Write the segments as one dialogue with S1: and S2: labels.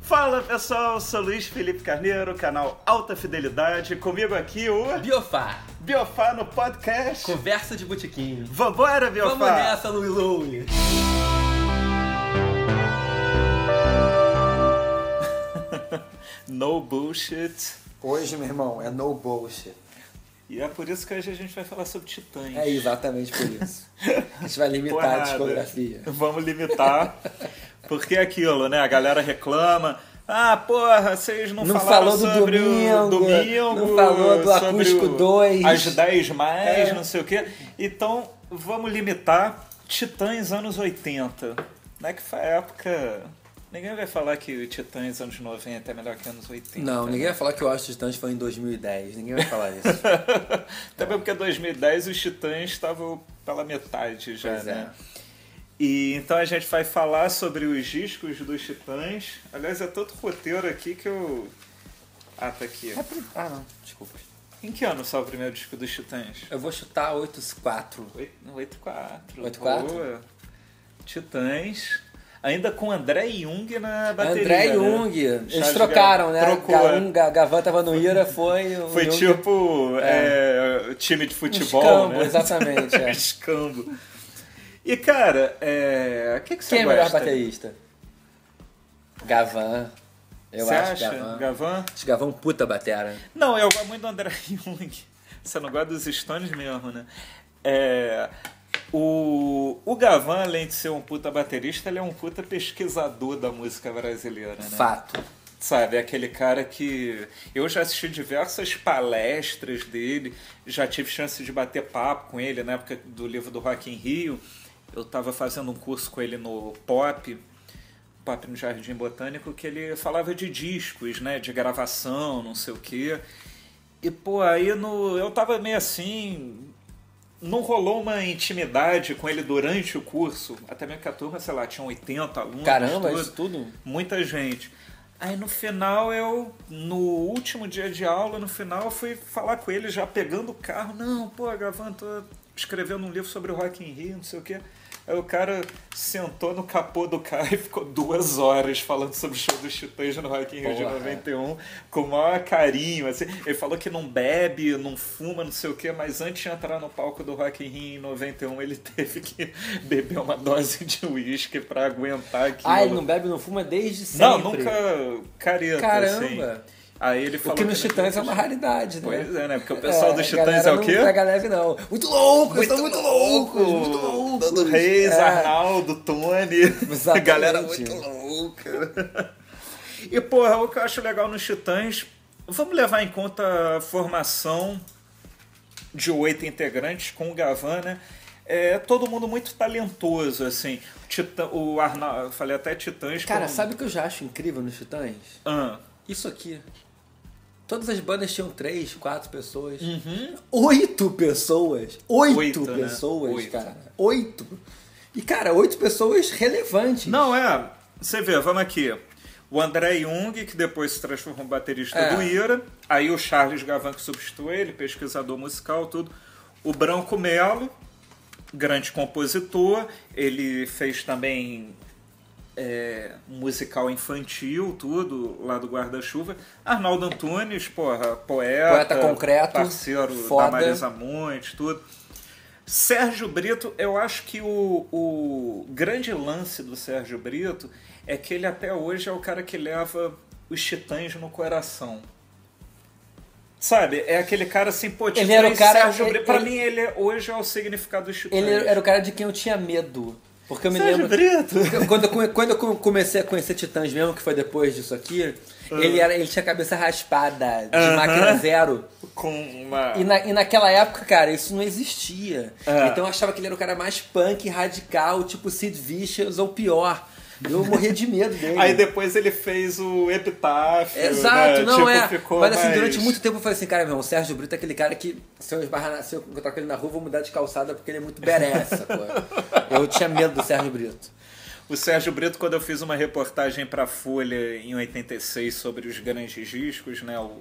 S1: Fala pessoal, sou Luiz Felipe Carneiro, canal Alta Fidelidade. Comigo aqui o
S2: Biofá,
S1: Biofá no podcast.
S2: conversa de botiquinho.
S1: Vambora, Biofá!
S2: Vamos nessa, Louie Louie.
S1: No bullshit.
S3: Hoje, meu irmão, é no bullshit.
S1: E é por isso que hoje a gente vai falar sobre Titãs.
S3: É exatamente por isso. A gente vai limitar
S1: Porrada.
S3: a discografia.
S1: Vamos limitar. Porque é aquilo, né? A galera reclama. Ah, porra, vocês não,
S3: Não
S1: falaram
S3: falou do
S1: sobre o
S3: domingo,
S1: domingo.
S3: não falou do
S1: sobre
S3: Acústico
S1: o-
S3: 2.
S1: As 10 mais,
S3: É.
S1: não sei o quê. Então, vamos limitar Titãs anos 80. Não é que foi a época... Ninguém vai falar que Titãs anos 90 é melhor que anos 80.
S3: Não, ninguém vai falar que o Astro Titãs foi em 2010. Ninguém vai falar isso.
S1: Também porque em 2010 os Titãs estavam pela metade já,
S3: Pois é.
S1: né? E então a gente vai falar sobre os discos dos Titãs. Aliás, é tanto roteiro aqui que eu. Ah, tá aqui.
S3: ah, não. Desculpa.
S1: Em que ano saiu o primeiro disco dos Titãs?
S3: Eu vou chutar 8-4.
S1: Oito- não, 84.
S3: 84?
S1: Boa. Titãs. Ainda com André Jung na bateria.
S3: André
S1: né?
S3: Jung. Eles
S1: Charles Gavan-
S3: trocaram, né?
S1: Trocou.
S3: Ga-
S1: é.
S3: um Ga- Gavan tava no Ira, foi... um o
S1: Foi
S3: Jung-
S1: tipo é, time de futebol,
S3: Um escambo,
S1: né?
S3: exatamente, é.
S1: escambo. E cara, é, o que, que você
S3: Quem é o melhor
S1: gosta?
S3: baterista? Gavan. Eu
S1: você
S3: acho
S1: acha?
S3: Gavan.
S1: Gavan?
S3: Acho Gavan um puta batera.
S1: Não, eu gosto muito do André Jung. Você não gosta dos Stones mesmo, né? É, o, o Gavan, além de ser um puta baterista, ele é um puta pesquisador da música brasileira, né?
S3: Fato.
S1: Sabe, é aquele cara que eu já assisti diversas palestras dele, já tive chance de bater papo com ele na época do livro do Rock em Rio. Eu estava fazendo um curso com ele no Pop, Pop no Jardim Botânico, que ele falava de discos, né, de gravação, não sei o quê. E pô, aí no eu tava meio assim, não rolou uma intimidade com ele durante o curso, até mesmo que a turma, sei lá, tinha 80 alunos.
S3: Caramba,
S1: tudo
S3: isso tudo?
S1: muita gente. Aí no final eu, no último dia de aula, no final eu fui falar com ele já pegando o carro. Não, pô, Gavan, tô escrevendo um livro sobre o Rock in Rio, não sei o quê. Aí o cara sentou no capô do carro e ficou duas horas falando sobre o show dos Titãs no Rock in Rio de
S3: Porra.
S1: 91, com o maior carinho. Assim. Ele falou que não bebe, não fuma, não sei o quê, mas antes de entrar no palco do Rock in Rio em 91, ele teve que beber uma dose de uísque pra aguentar aquilo.
S3: Ah, ele não bebe, não fuma desde sempre.
S1: Não, nunca careta,
S3: Caramba.
S1: assim. Aí ele falou
S3: Porque nos
S1: que-
S3: Titãs é uma raridade, né?
S1: Pois é, né? Porque o pessoal dos
S3: a
S1: Titãs
S3: galera
S1: é o quê?
S3: Não pega leve, não. Muito louco, muito, muito louco, muito louco.
S1: Dando Reis,
S3: É.
S1: Arnaldo, Tony.
S3: Exatamente.
S1: Galera muito louca. E, porra, o que eu acho legal nos Titãs, vamos levar em conta a formação de oito integrantes com o Gavan, né? É todo mundo muito talentoso, assim. O, Titã, o Arnaldo, eu falei até Titãs.
S3: Cara,
S1: como-
S3: sabe o que eu já acho incrível nos Titãs?
S1: Ah,
S3: Isso aqui. Todas as bandas tinham três, quatro pessoas. Oito pessoas. Oito,
S1: Uhum. Oito, né?
S3: pessoas,
S1: Oito.
S3: cara. Oito. E, cara, oito pessoas relevantes.
S1: Não, é. Você vê, vamos aqui. O André Jung, que depois se transformou em baterista
S3: É.
S1: do Ira. Aí o Charles Gavan, que substitui ele, pesquisador musical, tudo. O Branco Melo, grande compositor. Ele fez também é, um musical infantil, tudo, lá do Guarda-Chuva. Arnaldo Antunes, porra, poeta.
S3: Poeta concreto,
S1: Parceiro da
S3: foda.
S1: Marisa Monte, tudo. Sérgio Brito, eu acho que o, o grande lance do Sérgio Brito é que ele até hoje é o cara que leva os titãs no coração. Sabe? É aquele cara assim, pô, titãs,
S3: era o cara-
S1: Sérgio
S3: ele-
S1: Brito. Pra
S3: ele-
S1: mim, ele é- hoje é o significado dos titãs.
S3: Ele era o cara de quem eu tinha medo. Porque eu me
S1: Sérgio
S3: lembro.
S1: Brito!
S3: quando, eu, come- quando eu come- comecei a conhecer Titãs mesmo, que foi depois disso aqui, ele, era, ele tinha a cabeça raspada, de
S1: Ah. Aham.
S3: máquina zero.
S1: Com uma.
S3: E, na- e naquela época, cara, isso não existia.
S1: É.
S3: Então eu achava que ele era o cara mais punk, radical, tipo Sid Vicious ou pior. Eu morria de medo dele.
S1: Aí depois ele fez o epitáfio.
S3: Exato,
S1: né?
S3: não
S1: Tipo,
S3: é.
S1: Ficou
S3: Mas assim,
S1: mais-
S3: durante muito tempo eu falei assim, cara, meu irmão, o Sérgio Brito é aquele cara que se eu esbarrar, na- se eu encontrar com ele na rua, eu vou mudar de calçada porque ele é muito beressa, pô. Eu tinha medo do Sérgio Brito.
S1: O Sérgio Brito, quando eu fiz uma reportagem para Folha em 86 sobre os grandes discos, né, o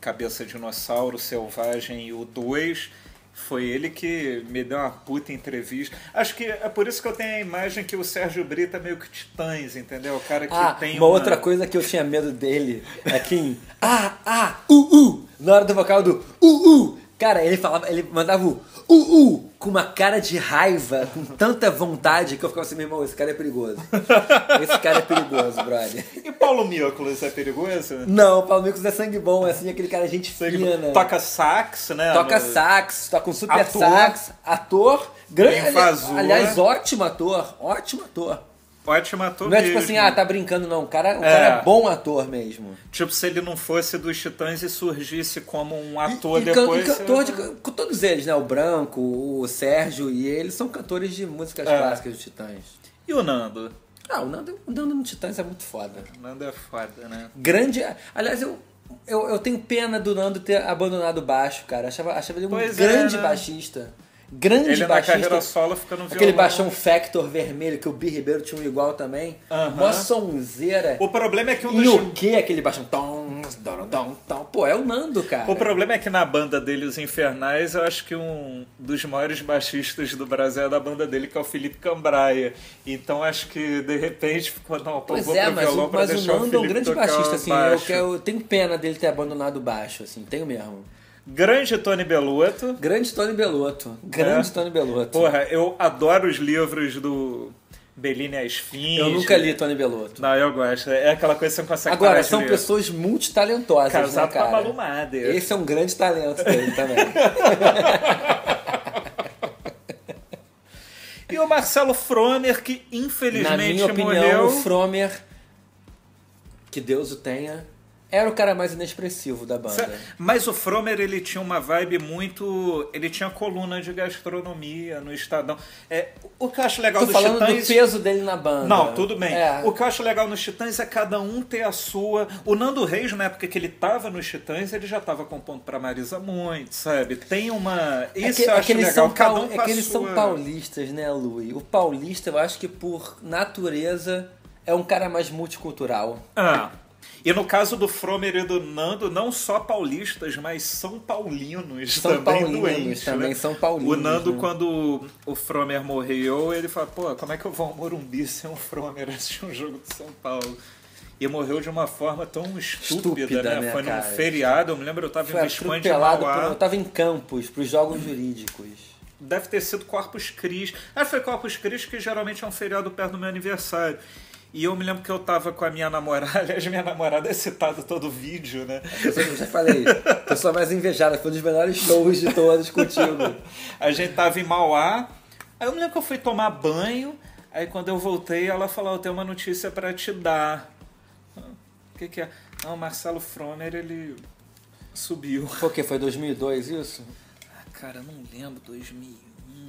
S1: Cabeça Dinossauro, Selvagem e o 2, Foi ele que me deu uma puta entrevista. Acho que é por isso que eu tenho a imagem que o Sérgio Brito é meio que titãs, entendeu? O cara É que
S3: Ah,
S1: tem
S3: uma outra coisa que eu tinha medo dele é que em ah, ah, u, u, na hora do vocal do u, u, cara, ele falava, ele mandava o u, u, com uma cara de raiva, com tanta vontade que eu ficava assim, meu irmão, esse cara é perigoso. Esse cara é perigoso, brother.
S1: E Paulo Mioculos é perigoso?
S3: Não, o Paulo Micos é sangue bom, é assim, aquele cara gente
S1: Sei que
S3: fina.
S1: Toca sax, né?
S3: Toca
S1: No-
S3: sax, toca um super
S1: Ator. um
S3: sax, ator, grande.
S1: Invasor.
S3: Aliás, ótimo ator, ótimo ator.
S1: Ótimo ator
S3: Não é tipo
S1: mesmo.
S3: assim, ah, tá brincando, não. O cara, o cara é bom ator mesmo.
S1: Tipo, se ele não fosse dos Titãs e surgisse como um ator
S3: e, can-
S1: depois...
S3: e cantor
S1: eu-
S3: de, com todos eles, né? O Branco, o Sérgio e eles são cantores de músicas
S1: É.
S3: clássicas dos Titãs.
S1: E o Nando?
S3: Ah, o Nando, o Nando no Titãs é muito foda.
S1: O Nando é foda, né?
S3: Grande. Aliás, eu, eu, eu tenho pena do Nando ter abandonado o baixo, cara. Achava, achava ele um
S1: Pois é,
S3: grande
S1: né?
S3: baixista. Grande
S1: Ele na
S3: baixista.
S1: carreira solo fica no violão.
S3: Aquele baixão Factor vermelho que o Bi Ribeiro tinha um igual também.
S1: Aham.
S3: Mó sonzeira.
S1: O problema é que um
S3: E o
S1: dos...
S3: que aquele baixão? Tom, dom, dom, tom. Pô, é o Nando, cara.
S1: O problema é que na banda dele, Os Infernais, eu acho que um dos maiores baixistas do Brasil é da banda dele, que é o Felipe Cambraia. Então acho que, de repente, ficou, não, pô,
S3: Pois
S1: vou
S3: é,
S1: pro
S3: mas,
S1: violão
S3: o,
S1: pra
S3: mas o
S1: deixar
S3: Nando é um
S1: Felipe
S3: grande
S1: tocar
S3: baixista, assim. Eu,
S1: baixo.
S3: que- eu tenho pena dele ter abandonado o baixo, assim. Tenho mesmo.
S1: Grande Tony Belotto.
S3: Grande Tony Belotto. Grande
S1: É.
S3: Tony Belotto.
S1: Porra, eu adoro os livros do Bellini e Asfins.
S3: eu nunca
S1: né?
S3: li Tony Belotto.
S1: Não, eu gosto. É aquela coisa que você não consegue parar
S3: Agora,
S1: de
S3: são
S1: ler.
S3: pessoas multitalentosas,
S1: é Casado com
S3: né,
S1: a
S3: cara?
S1: Malu Mader.
S3: Esse é um grande talento dele também.
S1: E o Marcelo Fromer, que
S3: Na
S1: infelizmente
S3: minha opinião,
S1: morreu.
S3: o Fromer, que Deus o tenha, era o cara mais inexpressivo da banda.
S1: Mas o Fromer, ele tinha uma vibe muito... Ele tinha coluna de gastronomia no Estadão. É, o que eu acho legal
S3: Tô
S1: dos
S3: falando
S1: Titãs...
S3: do peso dele na banda.
S1: Não, tudo bem.
S3: É.
S1: O que eu acho legal nos Titãs é cada um ter a sua. O Nando Reis, na época que ele tava nos Titãs, ele já tava compondo pra Marisa Monte, sabe? Tem uma.
S3: É
S1: Isso
S3: que,
S1: eu
S3: é
S1: acho
S3: que eles,
S1: legal.
S3: são,
S1: cada
S3: pau-
S1: um
S3: é
S1: com a
S3: que eles
S1: sua-
S3: são paulistas, né, Lui? O paulista, eu acho que por natureza, é um cara mais multicultural.
S1: Ah. E no caso do Fromer e do Nando, não só paulistas, mas são paulinos
S3: São
S1: também
S3: paulinos
S1: doentes.
S3: também,
S1: né?
S3: são paulinos,
S1: O Nando,
S3: né?
S1: quando o Fromer morreu, ele fala, pô, como é que eu vou ao Morumbi sem um Fromer assistir um jogo de São Paulo? E morreu de uma forma tão estúpida,
S3: Estúpida,
S1: né?
S3: né,
S1: Foi num
S3: cara?
S1: feriado, eu me lembro, eu tava
S3: Foi
S1: em Visconde de
S3: atropelado por.
S1: Mauá.
S3: Eu tava em campos, pros jogos jurídicos.
S1: Deve ter sido Corpus Christi. Ah, foi Corpus Christi, que geralmente é um feriado perto do meu aniversário. E eu me lembro que eu tava com a minha namorada, aliás, minha namorada é citada todo vídeo, né?
S3: Eu já- eu já falei, pessoa mais invejada, foi um dos melhores shows de todos contigo.
S1: A gente tava em Mauá. Aí eu me lembro que eu fui tomar banho. Aí quando eu voltei, ela falou: Eu tenho uma notícia pra te dar. O que, que é? Não, o Marcelo Fromer, ele subiu.
S3: Por quê? Foi 2002 isso?
S1: Ah, cara, eu não lembro, 2001.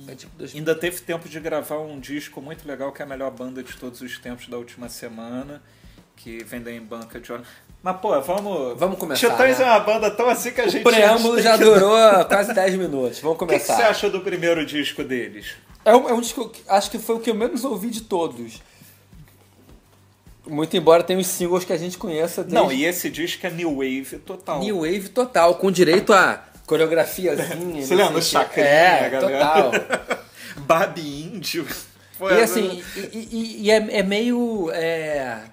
S3: É tipo 2000.
S1: Ainda teve tempo de gravar um disco muito legal, que é a melhor banda de todos os tempos da última semana, que vendeu em banca de hora. Mas, pô, vamos.
S3: Vamos começar,
S1: Titãs
S3: né?
S1: é uma banda tão assim que a gente.
S3: O preâmbulo
S1: tem
S3: já
S1: que-
S3: durou quase 10 minutos. Vamos
S1: O que, que
S3: começar.
S1: você acha do primeiro disco deles?
S3: É um, é um disco que acho que foi o que eu menos ouvi de todos. Muito embora tenha os singles que a gente conheça desde
S1: Não, e esse disco é New Wave total.
S3: New Wave total, com direito a coreografiazinha.
S1: Você
S3: não
S1: lembra né,
S3: sei o quê.
S1: Chacrinha,
S3: É,
S1: galera?
S3: total.
S1: Babi Índio. Pô, é
S3: E
S1: essa-
S3: assim, e, e- e é, é meio. É...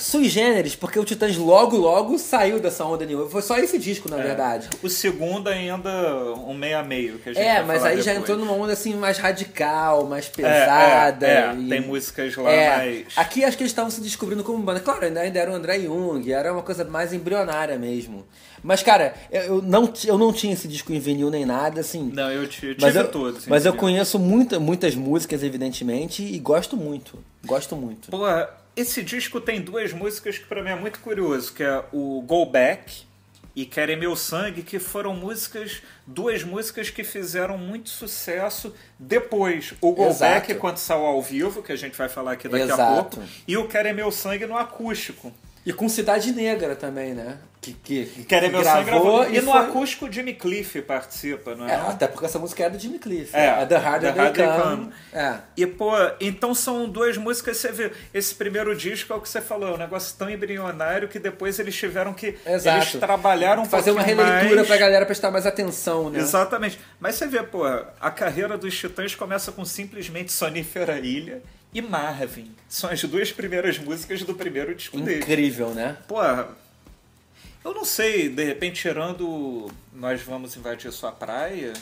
S3: Sui generis, porque o Titãs logo, logo saiu dessa onda New Wave. Foi só esse disco,
S1: É.
S3: na verdade.
S1: O segundo ainda um meio a meio que a gente
S3: É,
S1: vai
S3: mas
S1: falar
S3: aí já
S1: depois.
S3: entrou numa onda assim mais radical, mais
S1: É, é,
S3: pesada.
S1: é,
S3: e-
S1: tem músicas lá
S3: É,
S1: mais.
S3: Aqui acho que eles estavam se descobrindo como banda. Claro, ainda, ainda era o André Jung, era uma coisa mais embrionária mesmo. Mas, cara, eu, eu não, ti- eu não tinha esse disco em vinil nem nada, assim.
S1: Não, assim, eu te, tive
S3: mas eu,
S1: todos.
S3: mas eu
S1: inclusive.
S3: conheço muita, muitas músicas, evidentemente, e gosto muito. Gosto muito.
S1: Porra, esse disco tem duas músicas que pra mim é muito curioso, que é o Go Back e Querem Meu Sangue, que foram músicas, duas músicas que fizeram muito sucesso depois. O Go
S3: Exato.
S1: Back quando saiu ao vivo, que a gente vai falar aqui daqui a
S3: Exato.
S1: pouco, e o Querem Meu Sangue no acústico.
S3: E com Cidade Negra também, né? que, que, que
S1: Querer meu
S3: gravou
S1: sangue gravou. E,
S3: e
S1: no
S3: foi-
S1: acústico o Jimmy Cliff participa, não
S3: É,
S1: é?
S3: até porque essa música é do Jimmy Cliff.
S1: É,
S3: É, The Harder
S1: The
S3: They
S1: Harder They
S3: Come.
S1: Come.
S3: É.
S1: E, pô, então são duas músicas, você vê, esse primeiro disco é o que você falou, é um negócio tão embrionário que depois eles tiveram que,
S3: Exato.
S1: eles trabalharam um
S3: Fazer uma
S1: pouquinho
S3: releitura
S1: mais.
S3: pra galera prestar mais atenção, né?
S1: Exatamente. Mas você vê, pô, a carreira dos Titãs começa com simplesmente Sonífera Ilha e Marvin. São as duas primeiras músicas do primeiro disco dele.
S3: Incrível, né?
S1: Pô, eu não sei, de repente, tirando Nós Vamos Invadir Sua Praia,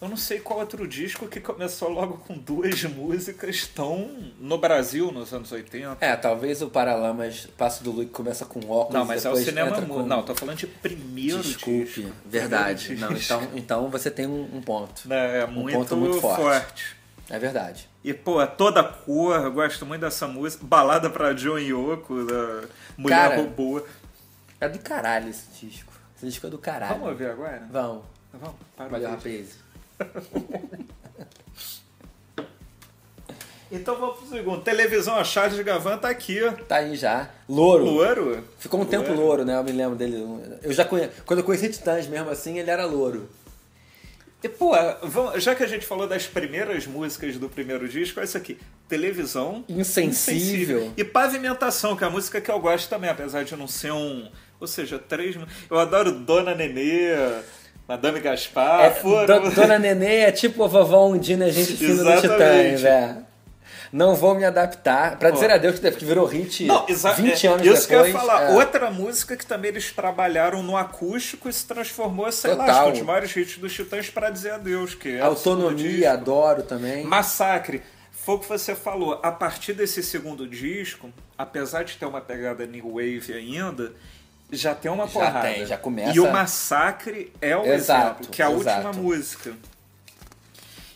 S1: eu não sei qual outro disco que começou logo com duas músicas tão no Brasil nos anos 80.
S3: É, talvez o Paralamas Passo do Luke começa com óculos.
S1: Não, mas é o
S3: depois
S1: cinema
S3: entra com...
S1: mudo. Não, tô falando de primeiro disco.
S3: Desculpe, verdade.
S1: Primeiro
S3: Não,
S1: disco.
S3: então, então você tem um, um ponto.
S1: É,
S3: um ponto muito forte.
S1: forte.
S3: É verdade.
S1: E, pô, é toda cor, eu gosto muito dessa música. Balada pra John Yoko, da Mulher
S3: Cara,
S1: Robô.
S3: É do caralho esse disco. Esse disco é do caralho.
S1: Vamos ouvir agora?
S3: Vamos.
S1: Vamos, para o
S3: Valeu,
S1: vídeo.
S3: rapaz.
S1: Então vamos pro segundo. Televisão, a Charles Gavan tá aqui.
S3: Tá aí já. Louro.
S1: Louro?
S3: Ficou um tempo louro, né? Eu me lembro dele. Eu já conhe... Quando eu conheci Titãs mesmo assim, ele era louro.
S1: E, pô, vamos- já que a gente falou das primeiras músicas do primeiro disco, olha isso aqui. Televisão.
S3: Insensível.
S1: E Pavimentação, que é a música que eu gosto também, apesar de não ser um... Ou seja, três... mu- Eu adoro Dona Nenê, Madame Gaspar,
S3: É,
S1: Ah, foram...
S3: do- Dona Nenê é tipo a vovó Undina, a gente fina do Titãs,
S1: Exatamente.
S3: é. Não vou me adaptar. Pra dizer
S1: Ó.
S3: adeus, que deve- que virou hit
S1: Não, exa-
S3: 20
S1: é,
S3: anos depois.
S1: Isso que eu ia falar.
S3: é.
S1: Outra música que também eles trabalharam no acústico e se transformou, sei lá, acho que
S3: Total.
S1: um dos maiores hits dos Titãs para dizer adeus. Que é
S3: Autonomia, adoro também.
S1: Massacre. Foi o que você falou. A partir desse segundo disco, apesar de ter uma pegada new wave ainda, já tem uma
S3: Já
S1: porrada.
S3: tem, já começa-
S1: E o Massacre é o
S3: Exato,
S1: exemplo, que é a última
S3: exato.
S1: música.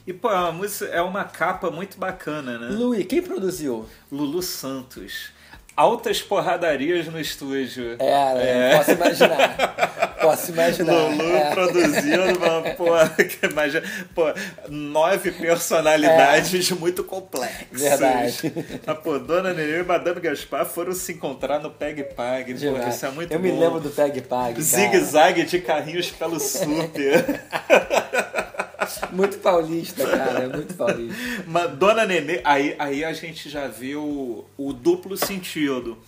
S1: E, pô, a música é uma capa muito bacana, né?
S3: Luiz, quem produziu?
S1: Lulu Santos. Altas porradarias no estúdio.
S3: É, né? posso imaginar. posso imaginar.
S1: Lulu
S3: é.
S1: produzindo uma porra que imagina, pô, nove personalidades muito complexas.
S3: É. Verdade.
S1: A pô, Dona Nenê e Madame Gaspar foram se encontrar no Peg Pag. Pô,
S3: Demais.
S1: isso é muito
S3: eu
S1: bom.
S3: me lembro do Peg Pag. cara.
S1: Zigue-zague de carrinhos pelo super.
S3: Muito paulista, cara. é Muito paulista.
S1: Mas Dona Nenê, aí, aí a gente já viu o duplo sentido.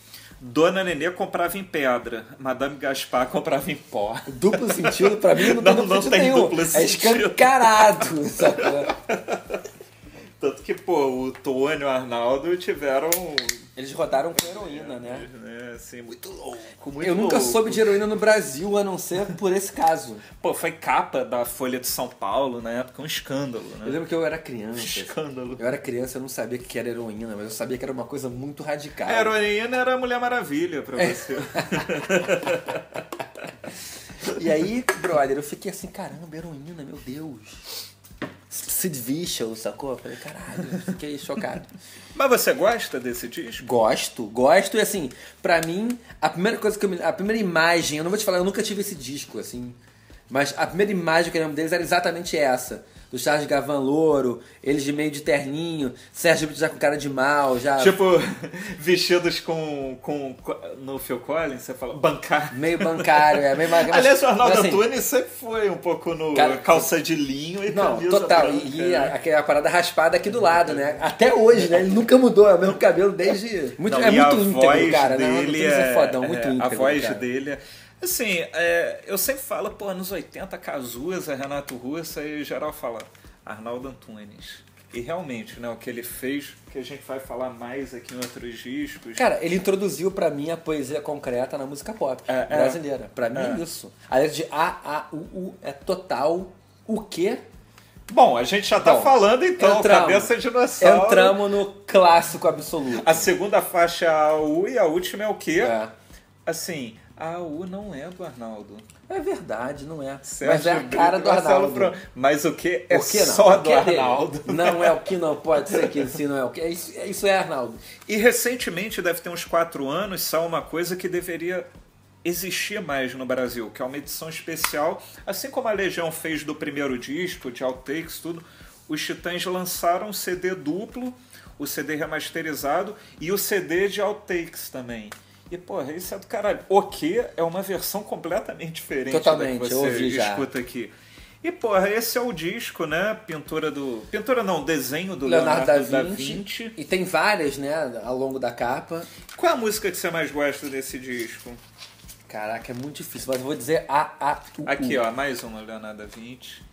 S1: Dona Nenê comprava em pedra, Madame Gaspar comprava em pó.
S3: Duplo sentido, pra mim, não,
S1: Não,
S3: tem duplo
S1: não
S3: sentido
S1: tem
S3: nenhum.
S1: duplo
S3: É
S1: sentido.
S3: escancarado, sacou?
S1: Tanto que, pô, o Tony e o Arnaldo tiveram.
S3: Eles rodaram com heroína, né?
S1: né, assim, muito louco, muito
S3: Eu nunca
S1: louco.
S3: soube de heroína no Brasil, a não ser por esse caso.
S1: Pô, foi capa da Folha de São Paulo na época, um escândalo,
S3: Eu
S1: né?
S3: lembro que eu era
S1: Um
S3: criança.
S1: escândalo.
S3: Eu era criança, eu não sabia o que era heroína, mas eu sabia que era uma coisa muito radical.
S1: A heroína era a Mulher Maravilha pra
S3: É.
S1: você.
S3: E aí, brother, eu fiquei assim, caramba, heroína, meu Deus. Sid Vicious, sacou? Eu falei, caralho, eu fiquei chocado.
S1: Mas você gosta desse disco?
S3: Gosto, gosto. E assim, pra mim, a primeira coisa que eu me... A primeira imagem, eu não vou te falar, eu nunca tive esse disco, assim. Mas a primeira imagem que eu lembro deles era exatamente essa. Do Charles Gavan Louro, eles de meio de terninho, Sérgio Brito já com cara de mal, já
S1: Tipo, vestidos com, com, com- No Phil Collins, você fala bancar.
S3: meio bancário, é, meio bancário.
S1: Aliás, o Arnaldo
S3: mas, assim,
S1: Antunes sempre foi um pouco no
S3: Cara,
S1: calça de linho e
S3: Não,
S1: camisa
S3: total.
S1: branca,
S3: E, e
S1: né?
S3: a, aquela parada raspada aqui do lado, né? Até hoje, né? Ele nunca mudou, é o mesmo cabelo desde. Muito,
S1: Não,
S3: é
S1: e a
S3: muito íntegro,
S1: voz
S3: cara. né? O
S1: Dele
S3: Antunes é, fodão,
S1: é,
S3: muito
S1: é,
S3: íntegro.
S1: A voz
S3: cara.
S1: dele é. Assim, é, eu sempre falo, pô, anos 80, Cazuza, Renato Russo, e geral fala Arnaldo Antunes. E realmente, né, o que ele fez, que a gente vai falar mais aqui em outros discos.
S3: Cara, ele introduziu pra mim a poesia concreta na música pop
S1: É, é.
S3: brasileira. Pra mim é
S1: É.
S3: isso. A letra de A, A, U, U é total. O quê?
S1: Bom, a gente já tá
S3: Bom,
S1: falando então,
S3: entramos.
S1: cabeça de dinossauro.
S3: Entramos no clássico absoluto.
S1: A segunda faixa é a U e a última é o quê?
S3: É.
S1: Assim, a U não é do Arnaldo.
S3: É verdade, não é. Mas
S1: Sérgio
S3: é a cara
S1: Brito,
S3: do
S1: Marcelo
S3: Arnaldo.
S1: Fran- Mas o que é
S3: o que não?
S1: só
S3: o
S1: do
S3: que é dele?
S1: Arnaldo.
S3: Não é o que não pode ser que se não é o que. É Isso, é- isso é Arnaldo.
S1: E recentemente, deve ter uns quatro anos, saiu uma coisa que deveria existir mais no Brasil, que é uma edição especial. Assim como a Legião fez do primeiro disco, de outtakes, tudo, os Titãs lançaram um CD duplo, o CD remasterizado e o CD de outtakes também. E, porra, isso é do caralho. O que é uma versão completamente diferente
S3: Totalmente,
S1: da que
S3: eu
S1: você
S3: ouvi já.
S1: escuta aqui. E, porra, esse é o disco, né? Pintura do. Pintura não, desenho do
S3: Leonardo,
S1: Leonardo,
S3: da, Vinci, E tem várias, né, ao longo da capa.
S1: Qual é a música que você mais gosta desse disco?
S3: Caraca, é muito difícil, mas eu vou dizer A, A, U, U.
S1: Aqui, ó, mais uma Leonardo da Vinci.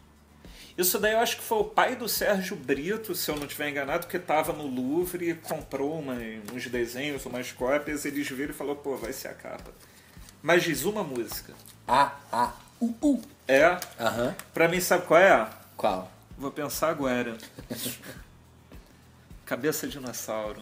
S1: Isso daí eu acho que foi o pai do Sérgio Brito, se eu não estiver enganado, que estava no Louvre e comprou uma- uns desenhos, umas cópias, eles viram e falou, pô, vai ser a capa. Mas diz uma música.
S3: A, A, U, U.
S1: É?
S3: Aham.
S1: Pra mim, sabe qual é?
S3: Qual?
S1: Vou pensar agora. Cabeça de dinossauro.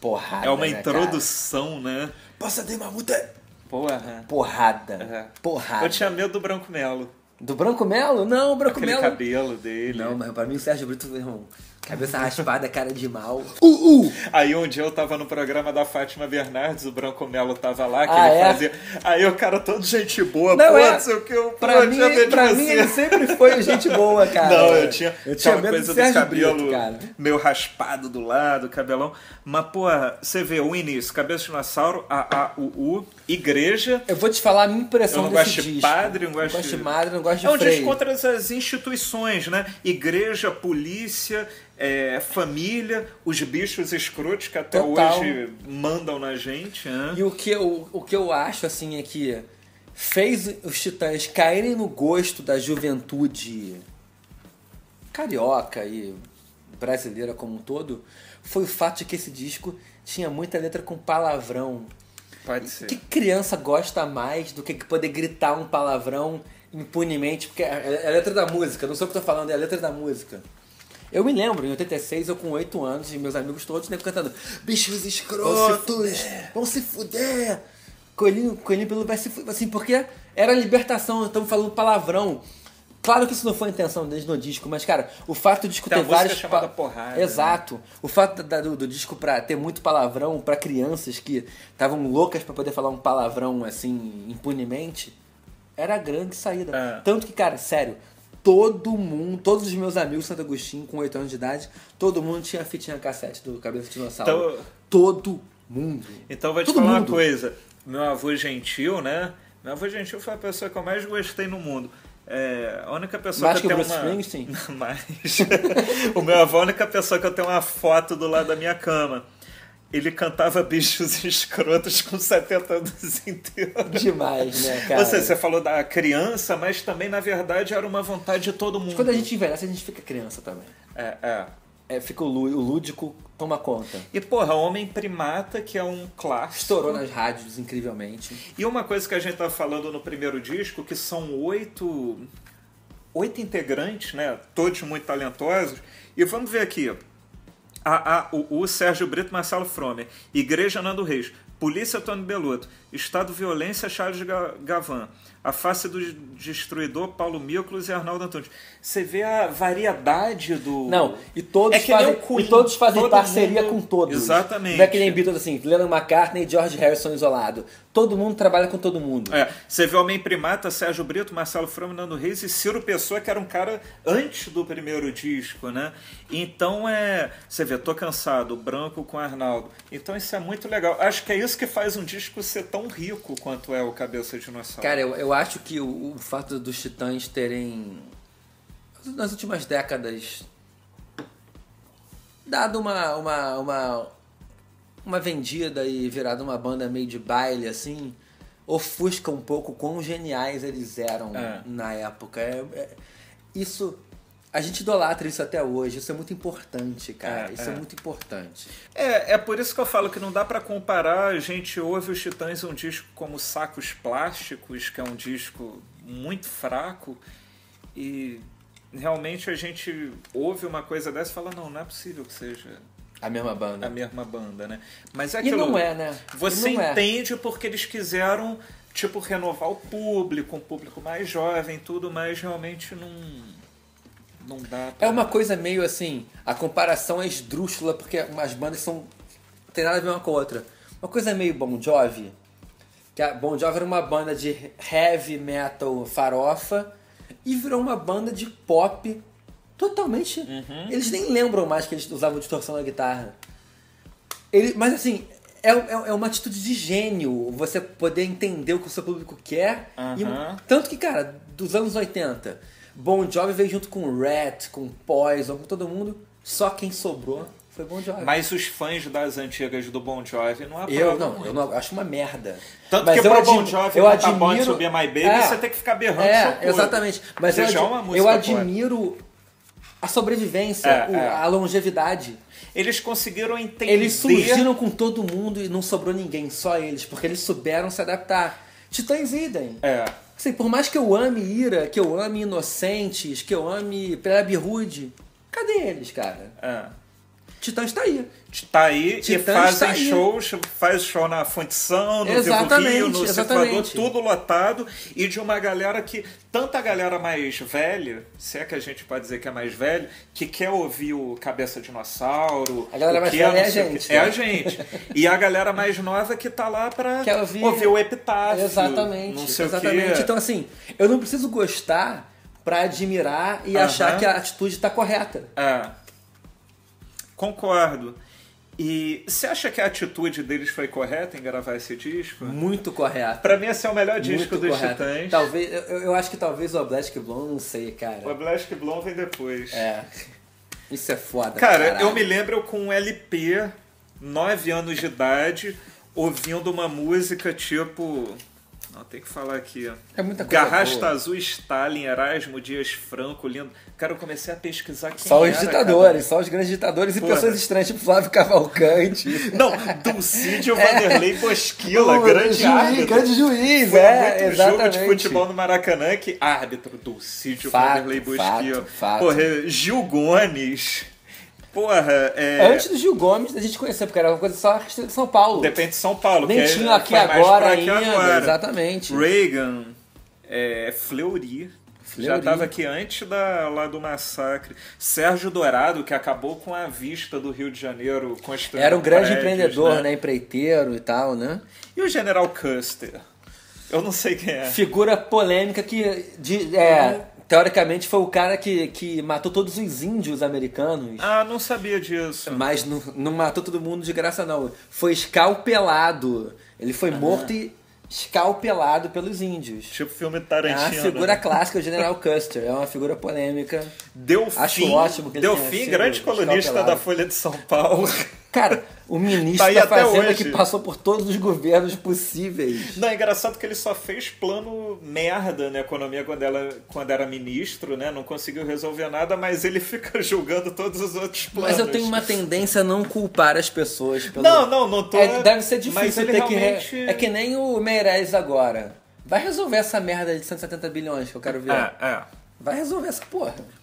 S3: Porrada,
S1: é uma
S3: né, cara?
S1: introdução, né?
S3: Passa de mamuta.
S1: Porra.
S3: Porrada.
S1: É.
S3: Porrada.
S1: Eu tinha medo do Branco Melo.
S3: Do Branco Melo? Não, o Branco
S1: Aquele
S3: Melo...
S1: cabelo dele.
S3: Não, mas pra mim o Sérgio Brito, meu irmão, cabeça raspada, cara de mal. Uh, uh.
S1: Aí um dia eu tava no programa da Fátima Bernardes, o Branco Melo tava lá, que
S3: Ah,
S1: ele
S3: é?
S1: fazia. Aí o cara todo gente boa,
S3: Não,
S1: pô,
S3: é.
S1: não sei o que, eu, pô,
S3: Pra
S1: eu
S3: mim,
S1: tinha medo de
S3: pra
S1: você.
S3: mim ele sempre foi gente boa, cara. é.
S1: Não, eu tinha,
S3: eu tinha
S1: aquela
S3: medo
S1: coisa
S3: do Sérgio
S1: cabelo
S3: Brito, cara.
S1: meio raspado do lado, cabelão. Mas, porra, você vê o início, cabeça de dinossauro, A, A, U, U, igreja.
S3: Eu vou te falar a minha
S1: Eu
S3: impressão
S1: não
S3: desse
S1: gosto de
S3: disco.
S1: padre, eu não
S3: não
S1: gosto
S3: gosto de
S1: de-
S3: madre, não gosto de
S1: É um
S3: freio.
S1: disco contra as instituições, né? Igreja, polícia, é, família, os bichos escrotos que até
S3: Total.
S1: hoje mandam na gente. Né?
S3: E o que, eu, o que eu acho, assim, é que fez os Titãs caírem no gosto da juventude carioca e brasileira como um todo, foi o fato de que esse disco tinha muita letra com palavrão.
S1: Pode ser.
S3: Que criança gosta mais do que poder gritar um palavrão impunemente? Porque é é a letra da música, não sei o que eu tô falando, é a letra da música. Eu me lembro, em 86, eu com 8 anos, e meus amigos todos, né, cantando Bichos escrotos, vão se fuder! Coelhinho, coelhinho pelo vai se fuder. Assim, porque era libertação, estamos falando palavrão. Claro que isso não foi a intenção deles no disco, mas, cara, o fato de escutar
S1: Tem a música
S3: vários...
S1: chamada
S3: pa-
S1: Porrada, né?
S3: Exato. Exato. O fato da- do, do disco pra ter muito palavrão pra crianças que estavam loucas pra poder falar um palavrão assim impunemente era a grande saída.
S1: É.
S3: Tanto que, cara, sério, todo mundo, todos os meus amigos de Santo Agostinho com 8 anos de idade, todo mundo tinha a fitinha cassete do Cabeça de Dinossauro.
S1: Então-
S3: Todo mundo.
S1: Então vou te
S3: Todo
S1: falar
S3: mundo.
S1: uma coisa. Meu avô gentil, né? Meu avô gentil foi a pessoa que eu mais gostei no mundo. É, a única pessoa
S3: Mais
S1: que eu
S3: que o
S1: tenho
S3: Bruce
S1: uma...
S3: Springsteen?
S1: Mais. o meu avô é a única pessoa que eu tenho uma foto do lado da minha cama. Ele cantava bichos escrotos com 70 anos inteiros.
S3: Demais, né, cara?
S1: Ou seja, você falou da criança, mas também, na verdade, era uma vontade de todo mundo.
S3: Quando a gente envelhece, a gente fica criança também.
S1: É, é.
S3: É, fica o, lú- o lúdico toma conta.
S1: E, porra, Homem Primata, que é um clássico.
S3: Estourou nas rádios incrivelmente.
S1: E uma coisa que a gente tá falando no primeiro disco, que são oito, oito integrantes, né? Todos muito talentosos. E vamos ver aqui. A, a, o, o Sérgio Brito Marcelo Fromer, Igreja Nando Reis, Polícia Tony Belotto, Estado Violência Charles Ga- Gavan, A Face do Destruidor Paulo Miklos e Arnaldo Antunes. Você vê a variedade do.
S3: Não, e todos
S1: É que nem
S3: fazem,
S1: o Queen,
S3: e todos fazem
S1: todo
S3: parceria
S1: mundo-
S3: com todos.
S1: Exatamente.
S3: Não é que nem Beatles assim, Lennon McCartney e George Harrison isolado. Todo mundo trabalha com todo mundo.
S1: É, você vê Homem Primata, Sérgio Brito, Marcelo Frame, Nando Reis e Ciro Pessoa, que era um cara antes do primeiro disco, né? Então é. Você vê, tô cansado, branco com Arnaldo. Então isso é muito legal. Acho que é isso que faz um disco ser tão rico quanto é o Cabeça de Dinossauro.
S3: Cara, eu, eu acho que o, o fato dos Titãs terem nas últimas décadas dado uma uma uma, uma vendida e virado uma banda meio de baile assim, ofusca um pouco quão geniais eles eram
S1: É.
S3: na época. É- é- isso a gente idolatra isso até hoje, isso é muito importante, cara.
S1: É,
S3: isso é.
S1: é.
S3: muito importante.
S1: É, é por isso que eu falo que não dá pra comparar. A gente ouve os Titãs um disco como Sacos Plásticos, que é um disco muito fraco, e realmente a gente ouve uma coisa dessa e fala: não, não é possível que seja
S3: A mesma
S1: a
S3: banda.
S1: mesma banda, né? Mas é
S3: E
S1: aquilo,
S3: não é, né? E
S1: Você
S3: não é.
S1: entende porque eles quiseram, tipo, renovar o público, um público mais jovem, tudo, mas realmente não. Não dá. pra-
S3: É uma coisa meio assim, a comparação é esdrúxula, porque as bandas são. tem nada a ver uma com a outra. Uma coisa meio Bon Jovi, que a Bon Jovi era uma banda de heavy metal farofa e virou uma banda de pop totalmente. Eles nem lembram mais que eles usavam distorção na guitarra. Ele, mas assim, É, um- é um- é uma atitude de gênio você poder entender o que o seu público quer. e-
S1: Aham.
S3: tanto que, cara, dos anos 80, Bon Jovi veio junto com Rat, com Poison, com todo mundo. Só quem sobrou foi Bon Jovi.
S1: Mas os fãs das antigas do Bon Jovi não aprovam.
S3: eu não, eu não acho uma merda.
S1: Tanto
S3: Mas
S1: que
S3: eu
S1: pro Bon
S3: admi-
S1: Jovi
S3: eu
S1: cantar Born
S3: admiro-
S1: to Be My Baby,
S3: É.
S1: você tem que ficar berrando
S3: É,
S1: socorro.
S3: exatamente. Mas eu,
S1: Seja
S3: ad-
S1: é uma música
S3: eu
S1: pop.
S3: admiro a sobrevivência,
S1: É,
S3: o-
S1: é.
S3: a longevidade.
S1: Eles conseguiram entender...
S3: Eles surgiram com todo mundo e não sobrou ninguém, só eles, porque eles souberam se adaptar. Titãs idem.
S1: É.
S3: Assim, por mais que eu ame Ira, que eu ame Inocentes, que eu ame Pereira Rude, cadê eles, cara?
S1: é.
S3: Titãs tá aí.
S1: Tá aí
S3: Titãs
S1: e fazem
S3: tá aí.
S1: shows, faz show na Fundição, no
S3: Exatamente,
S1: Vivo Rio, no Cifrador,
S3: exatamente.
S1: tudo lotado. E de uma galera que, tanta galera mais velha, se é que a gente pode dizer que é mais velho, que quer ouvir o Cabeça Dinossauro.
S3: A galera
S1: o
S3: mais
S1: que é,
S3: velha é
S1: não
S3: a
S1: sei o que.
S3: gente,
S1: É
S3: né?
S1: a gente. E a galera mais nova que tá lá pra
S3: Quer ouvir-
S1: o Epitáfio.
S3: Exatamente.
S1: Ah, Não sei
S3: exatamente.
S1: o quê.
S3: Então, assim, eu não preciso gostar pra admirar e
S1: Aham.
S3: achar que a atitude tá correta.
S1: É. Concordo. E você acha que a atitude deles foi correta em gravar esse disco?
S3: Muito correta.
S1: Pra mim, esse é o melhor disco
S3: Muito
S1: dos
S3: correto.
S1: Titãs.
S3: Talvez, eu, eu acho que talvez o Oblastic Blonde, não sei, cara.
S1: O Blask Blonde vem depois.
S3: É. Isso é foda.
S1: Cara,
S3: caralho.
S1: eu me lembro eu com um LP, 9 anos de idade, ouvindo uma música tipo. Não, tem que falar aqui.
S3: É muita coisa
S1: Garrasta
S3: boa.
S1: Azul, Stalin, Erasmo, Dias Franco, lindo. Cara, eu comecei a pesquisar quem
S3: Só os
S1: era,
S3: ditadores, só os grandes ditadores e
S1: Porra.
S3: pessoas estranhas, tipo Flávio Cavalcante.
S1: cara. Não, Dulcídio Vanderlei Bosquila,
S3: Pô,
S1: grande árbitro.
S3: juiz, grande juiz,
S1: Foi
S3: é,
S1: muito
S3: exatamente.
S1: jogo de futebol no Maracanã que árbitro Dulcídio
S3: Fato,
S1: Vanderlei Bosquil.
S3: fato, fato.
S1: Porra, é Gil Gomes. Porra, é.
S3: Antes do Gil Gomes, a gente conhecia, porque era uma coisa só restrita de São Paulo.
S1: Depende de São Paulo.
S3: Nem
S1: que
S3: tinha
S1: é-
S3: aqui
S1: foi mais
S3: agora
S1: pra aqui
S3: ainda,
S1: agora.
S3: exatamente.
S1: Reagan, é, Fleury. Já
S3: Fleury.
S1: estava aqui antes da, lá do massacre. Sérgio Dourado, que acabou com a vista do Rio de Janeiro construindo
S3: Era um grande
S1: prédios,
S3: empreendedor, né? Empreiteiro e tal, né?
S1: E o General Custer? Eu não sei quem é.
S3: Figura polêmica que, de- é, teoricamente, foi o cara que, que matou todos os índios americanos.
S1: Ah, não sabia disso.
S3: Mas não, não matou todo mundo de graça, não. Foi escalpelado. Ele foi morto e escalpelado pelos índios.
S1: Tipo filme
S3: É uma
S1: Tarantino. né?
S3: figura clássica, o General Custer. É uma figura polêmica.
S1: Delfim,
S3: Acho ótimo que ele tenha
S1: Delfim
S3: sido
S1: grande colunista
S3: escalpelado.
S1: da Folha de São Paulo.
S3: Cara, o
S1: Tá
S3: ministro
S1: aí
S3: da
S1: até
S3: Fazenda
S1: hoje.
S3: que passou por todos os governos possíveis.
S1: Não, é engraçado que ele só fez plano merda na economia quando, ela, quando era ministro, né? Não conseguiu resolver nada, mas ele fica julgando todos os outros planos.
S3: Mas eu tenho uma tendência a não culpar as pessoas pelo.
S1: Não, não, não tô.
S3: É, deve ser difícil
S1: mas ele
S3: ter
S1: realmente...
S3: que. Re... É que nem o Meirelles agora. Vai resolver essa merda de 170 bilhões que eu quero ver.
S1: É,
S3: Vai resolver essa porra.
S1: é.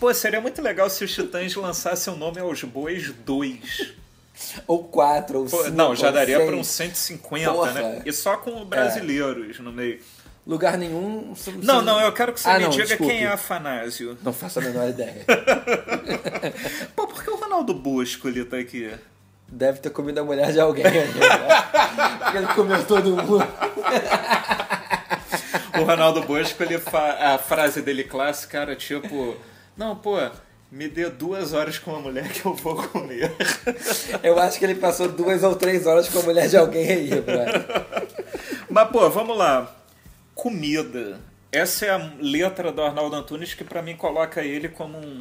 S1: Pô, seria muito legal se os Titãs lançassem o nome aos bois 2.
S3: Ou quatro, ou
S1: Pô,
S3: cinco.
S1: não, já
S3: ou
S1: daria
S3: seis.
S1: para uns 150,
S3: Porra. É.
S1: né? E só com brasileiros no meio.
S3: Lugar nenhum. você-
S1: um- Não,
S3: você-
S1: não, eu quero que você
S3: Ah,
S1: me
S3: não,
S1: diga
S3: desculpe.
S1: quem é Afanásio.
S3: Não faço a menor ideia.
S1: Pô, por que o Ronaldo Bosco ele tá aqui?
S3: Deve ter comido a mulher de alguém. né? Porque ele comeu todo mundo.
S1: O Ronaldo Bosco, ele fa... a frase dele clássica era tipo: Não, pô, me dê duas horas com uma mulher que eu vou comer.
S3: Eu acho que ele passou duas ou três horas com a mulher de alguém aí, né? brother.
S1: Mas, pô, vamos lá. Comida. Essa é a letra do Arnaldo Antunes que pra mim coloca ele como um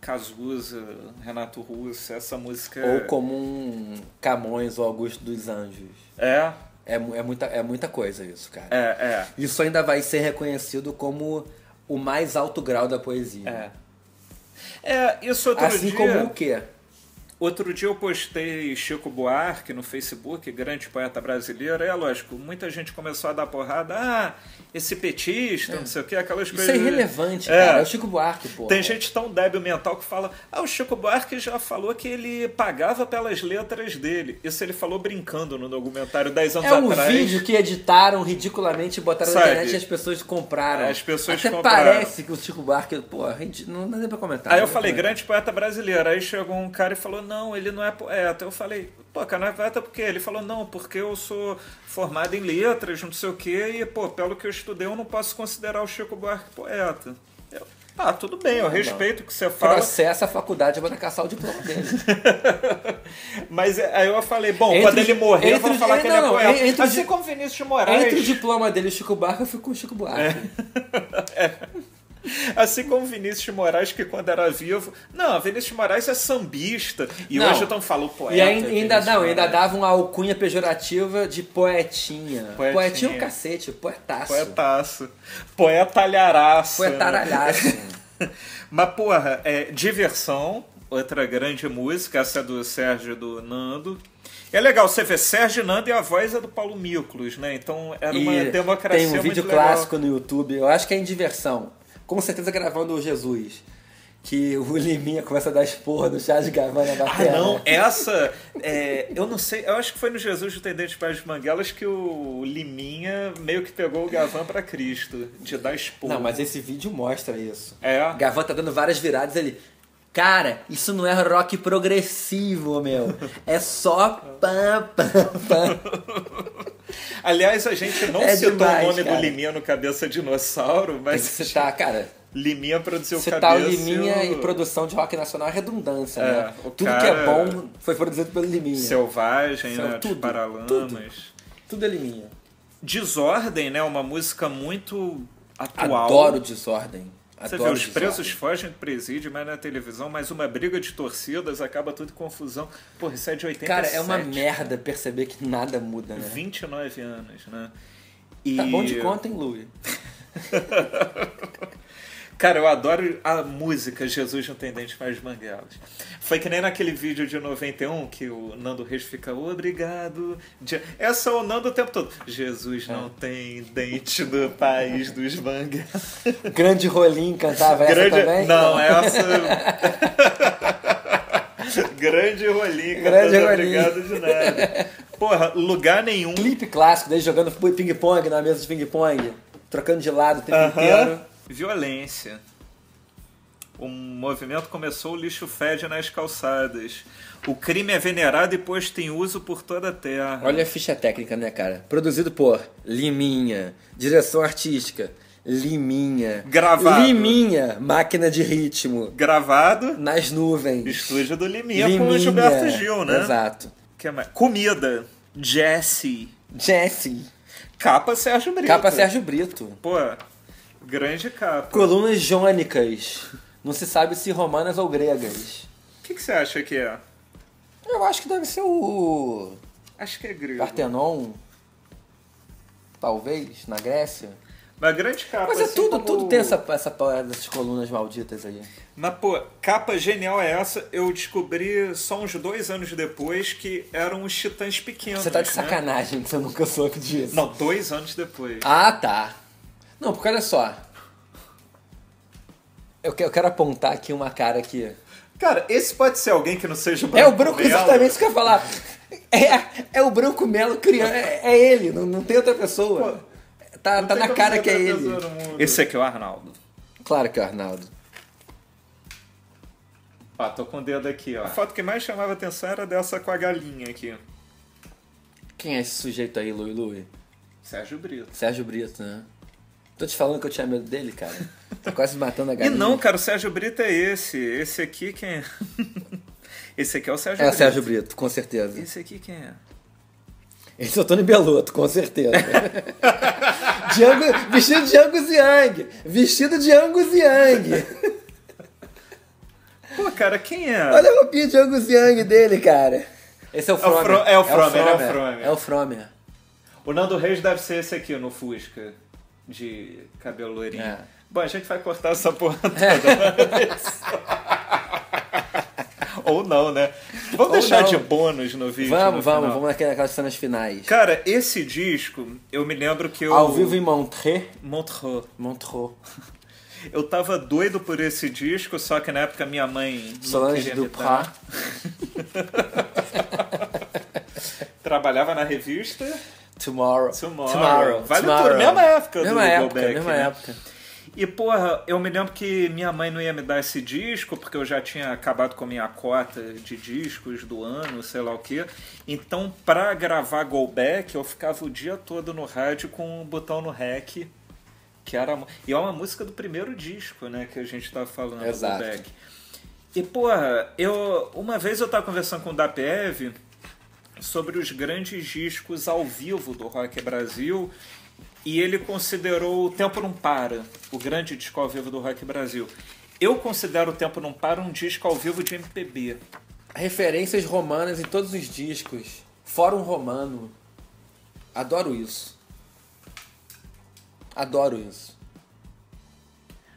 S1: Cazuza, Renato Russo, essa música. é-
S3: Ou como um Camões ou Augusto dos Anjos.
S1: É,
S3: É, mu- é muita, é muita coisa isso, cara.
S1: é, é.
S3: Isso ainda vai ser reconhecido como o mais alto grau da poesia.
S1: É, é isso outro
S3: Assim
S1: dia.
S3: como o quê?
S1: Outro dia eu postei Chico Buarque no Facebook, grande poeta brasileiro. É lógico, muita gente começou a dar porrada. Ah, esse petista, não sei o que, aquelas
S3: Isso
S1: coisas.
S3: é irrelevante,
S1: É.
S3: cara. É o Chico Buarque, pô.
S1: Tem gente tão débil mental que fala: Ah, o Chico Buarque já falou que ele pagava pelas letras dele. Isso ele falou brincando no documentário 10 anos
S3: É um
S1: atrás.
S3: vídeo que editaram ridiculamente, botaram
S1: Sabe?
S3: na internet e as pessoas compraram.
S1: As pessoas
S3: Até
S1: compraram.
S3: parece que o Chico Buarque, pô, ridi- não dá nem pra comentar.
S1: Aí
S3: né?
S1: eu falei, grande poeta brasileiro. Aí chegou um cara e falou, não, ele não é poeta. Eu falei, pô, cara, não é poeta por quê? Ele falou, não, porque eu sou formado em letras, não sei o quê, e, pô, pelo que eu estudei, eu não posso considerar o Chico Buarque poeta. Eu, Ah, tudo bem,
S3: Tá
S1: eu respeito o que você fala.
S3: Processa a faculdade pra caçar o diploma dele.
S1: Mas é, aí eu falei, bom,
S3: Entre
S1: quando
S3: os-
S1: ele morrer, eu
S3: entre
S1: vou
S3: os-
S1: falar
S3: é,
S1: que
S3: não,
S1: ele é
S3: não,
S1: poeta.
S3: entre os-
S1: assim como Vinícius de Moraes.
S3: Entre o diploma dele e o Chico Barco, eu fico com o Chico
S1: É.
S3: Buarque.
S1: Assim como Vinícius de Moraes, que quando era vivo. Não, Vinícius de Moraes é sambista. E
S3: Não.
S1: hoje estão falando poeta.
S3: E ainda,
S1: Vinícius
S3: ainda, não,
S1: de
S3: ainda
S1: Moraes.
S3: dava uma alcunha pejorativa de poetinha.
S1: Poetinha.
S3: Poetinha, é o cacete, poetaço.
S1: Poetaço. Poetalharaço. né?
S3: Poetaralhaço.
S1: Mas, porra, é, Diversão, outra grande música, essa é do Sérgio e do Nando. É legal você ver Sérgio e Nando e a voz é do Paulo Miklos, né? Então era uma
S3: E
S1: democracia
S3: tem um vídeo
S1: muito legal.
S3: clássico no YouTube, eu acho que é em diversão. Com certeza gravando o Jesus. Que o Liminha começa a dar esporra no chá de gavana na né?
S1: Ah, não, essa. é, eu não sei, eu acho que foi no Jesus do Tendente Paz de Manguelas que o Liminha meio que pegou o Gavan pra Cristo, de dar expor.
S3: Não, mas esse vídeo mostra isso.
S1: É.
S3: A Gavan tá dando várias viradas ali. Cara, isso não é rock progressivo, meu. É só pam, pam, pam.
S1: Aliás, a gente não
S3: É
S1: citou
S3: demais,
S1: o nome do
S3: cara.
S1: Liminha no Cabeça Dinossauro,
S3: Tem que
S1: mas
S3: citar, cara.
S1: Liminha produziu
S3: Citar o
S1: Cabeça. e
S3: Liminha
S1: o-
S3: e produção de rock nacional é redundância,
S1: É,
S3: né?
S1: o
S3: Tudo que
S1: cara-
S3: é bom foi produzido pelo Liminha.
S1: Selvagem,
S3: Seu-
S1: né? Os
S3: tudo,
S1: Paralamas.
S3: tudo. Tudo é Liminha.
S1: Desordem, né? Uma música muito atual.
S3: Adoro desordem.
S1: Você vê,
S3: Adoro
S1: os
S3: desordem.
S1: presos fogem do presídio, mas na televisão, mais uma briga de torcidas, acaba tudo em confusão. Porra, isso é de 87.
S3: Cara, é uma merda perceber que nada muda, né?
S1: 29 anos, né? E...
S3: Tá bom de conta, hein, Louie?
S1: Cara, eu adoro a música Jesus no Tendente Mais Manguelas. Foi que nem naquele vídeo de 91 que o Nando Reis fica obrigado. de-" É só o Nando o tempo todo. Jesus
S3: É.
S1: não tem dente do país dos manguelas.
S3: Grande Rolim cantava essa também?
S1: Não, é essa. Grande rolinho,
S3: Grande
S1: cantando
S3: rolinho.
S1: obrigado de nada. Porra, lugar nenhum.
S3: Clipe clássico dele jogando ping-pong na mesa de ping-pong. Trocando de lado o tempo
S1: Aham.
S3: inteiro.
S1: Violência. O movimento começou, o lixo fede nas calçadas. O crime é venerado e posto em uso por toda a terra.
S3: Olha a ficha técnica, né, cara? Produzido por Liminha. Direção artística, Liminha.
S1: Gravado.
S3: Liminha, máquina de ritmo.
S1: Gravado,
S3: Nas nuvens.
S1: estúdio do Liminha, com o Gilberto Gil, né?
S3: Exato.
S1: Que mais? Comida, Jesse,
S3: Jesse.
S1: capa Sérgio Brito.
S3: Capa Sérgio Brito.
S1: Pô, grande capa.
S3: Colunas jônicas. Não se sabe se romanas ou gregas.
S1: O que, que você acha que é?
S3: Eu acho que deve ser o
S1: Acho que é grego.
S3: Partenon. Talvez, na Grécia.
S1: Mas grande capa.
S3: Mas é
S1: assim
S3: tudo,
S1: como-
S3: tudo tem essa, essa parada dessas colunas malditas aí.
S1: Mas, pô, capa genial é essa? Eu descobri só uns dois anos depois que eram os titãs pequenos.
S3: Você tá de
S1: né?
S3: sacanagem que você nunca soube disso.
S1: Não, dois anos depois.
S3: Ah, tá. Não, porque olha só. Eu que- eu quero apontar aqui uma cara que...
S1: Cara, esse pode ser alguém que não seja
S3: É o Branco,
S1: Melo?
S3: exatamente isso que eu ia falar. É, é o Branco Melo criando. É, é ele, não, não tem outra pessoa. tá
S1: Não
S3: tá
S1: tem
S3: na
S1: como
S3: cara
S1: ser
S3: que é
S1: outra
S3: ele.
S1: pessoa no mundo. Esse aqui é o Arnaldo.
S3: Claro que é o Arnaldo.
S1: Ó, tô com o dedo aqui, ó. A foto que mais chamava atenção era dessa com a galinha aqui.
S3: Quem é esse sujeito aí, Lui Lui?
S1: Sérgio Brito.
S3: Sérgio Brito, né? Tô te falando que eu tinha medo dele, cara. Tá quase matando a
S1: E
S3: galinha.
S1: não, cara, o Sérgio Brito é esse. Esse aqui quem é? esse aqui é o Sérgio
S3: É o
S1: Brito.
S3: Sérgio Brito, com certeza.
S1: Esse aqui quem é?
S3: Esse é o Tony Belotto, com certeza. Django, vestido de Angus Yang. Vestido de Angus Yang.
S1: Pô, cara, quem é?
S3: Olha a roupinha de Angus Yang dele, cara. Esse é o Fromer.
S1: Fro- é o Fromer, é o Fromer.
S3: É o Fromer.
S1: O Nando Reis deve ser esse aqui no Fusca, de cabelo loirinho.
S3: É.
S1: Bom, a gente vai cortar essa porra toda. Ou não, né? Vamos
S3: Ou
S1: deixar
S3: não.
S1: de bônus no vídeo. no
S3: Vamos, vamos,
S1: final.
S3: vamos naquela- naquelas cenas finais.
S1: Cara, esse disco, eu me lembro que eu.
S3: Ao vivo em Montreux.
S1: Montreux.
S3: Montreux.
S1: Eu tava doido por esse disco, só que na época minha mãe. não
S3: Solange
S1: queria me
S3: Duprat.
S1: dar. Trabalhava na revista.
S3: Tomorrow.
S1: Tomorrow.
S3: Tomorrow.
S1: Vale
S3: Tomorrow.
S1: tudo. Mesma época do
S3: Mesma época,
S1: Goldback,
S3: mesma
S1: né?
S3: época.
S1: E, porra, eu me lembro que minha mãe não ia me dar esse disco, porque eu já tinha acabado com a minha cota de discos do ano, sei lá o quê. Então, pra gravar Go Back, eu ficava o dia todo no rádio com o botão no um REC Que era, e é uma música do primeiro disco, né? Que a gente tava falando
S3: Exato.
S1: do Beck. E, porra, eu, uma vez eu tava conversando com o Dapev sobre os grandes discos ao vivo do Rock Brasil e ele considerou O Tempo Não Para, o grande disco ao vivo do Rock Brasil. Eu considero O Tempo Não Para um disco ao vivo de MPB.
S3: Referências romanas em todos os discos. Fórum romano. Adoro isso. Adoro isso.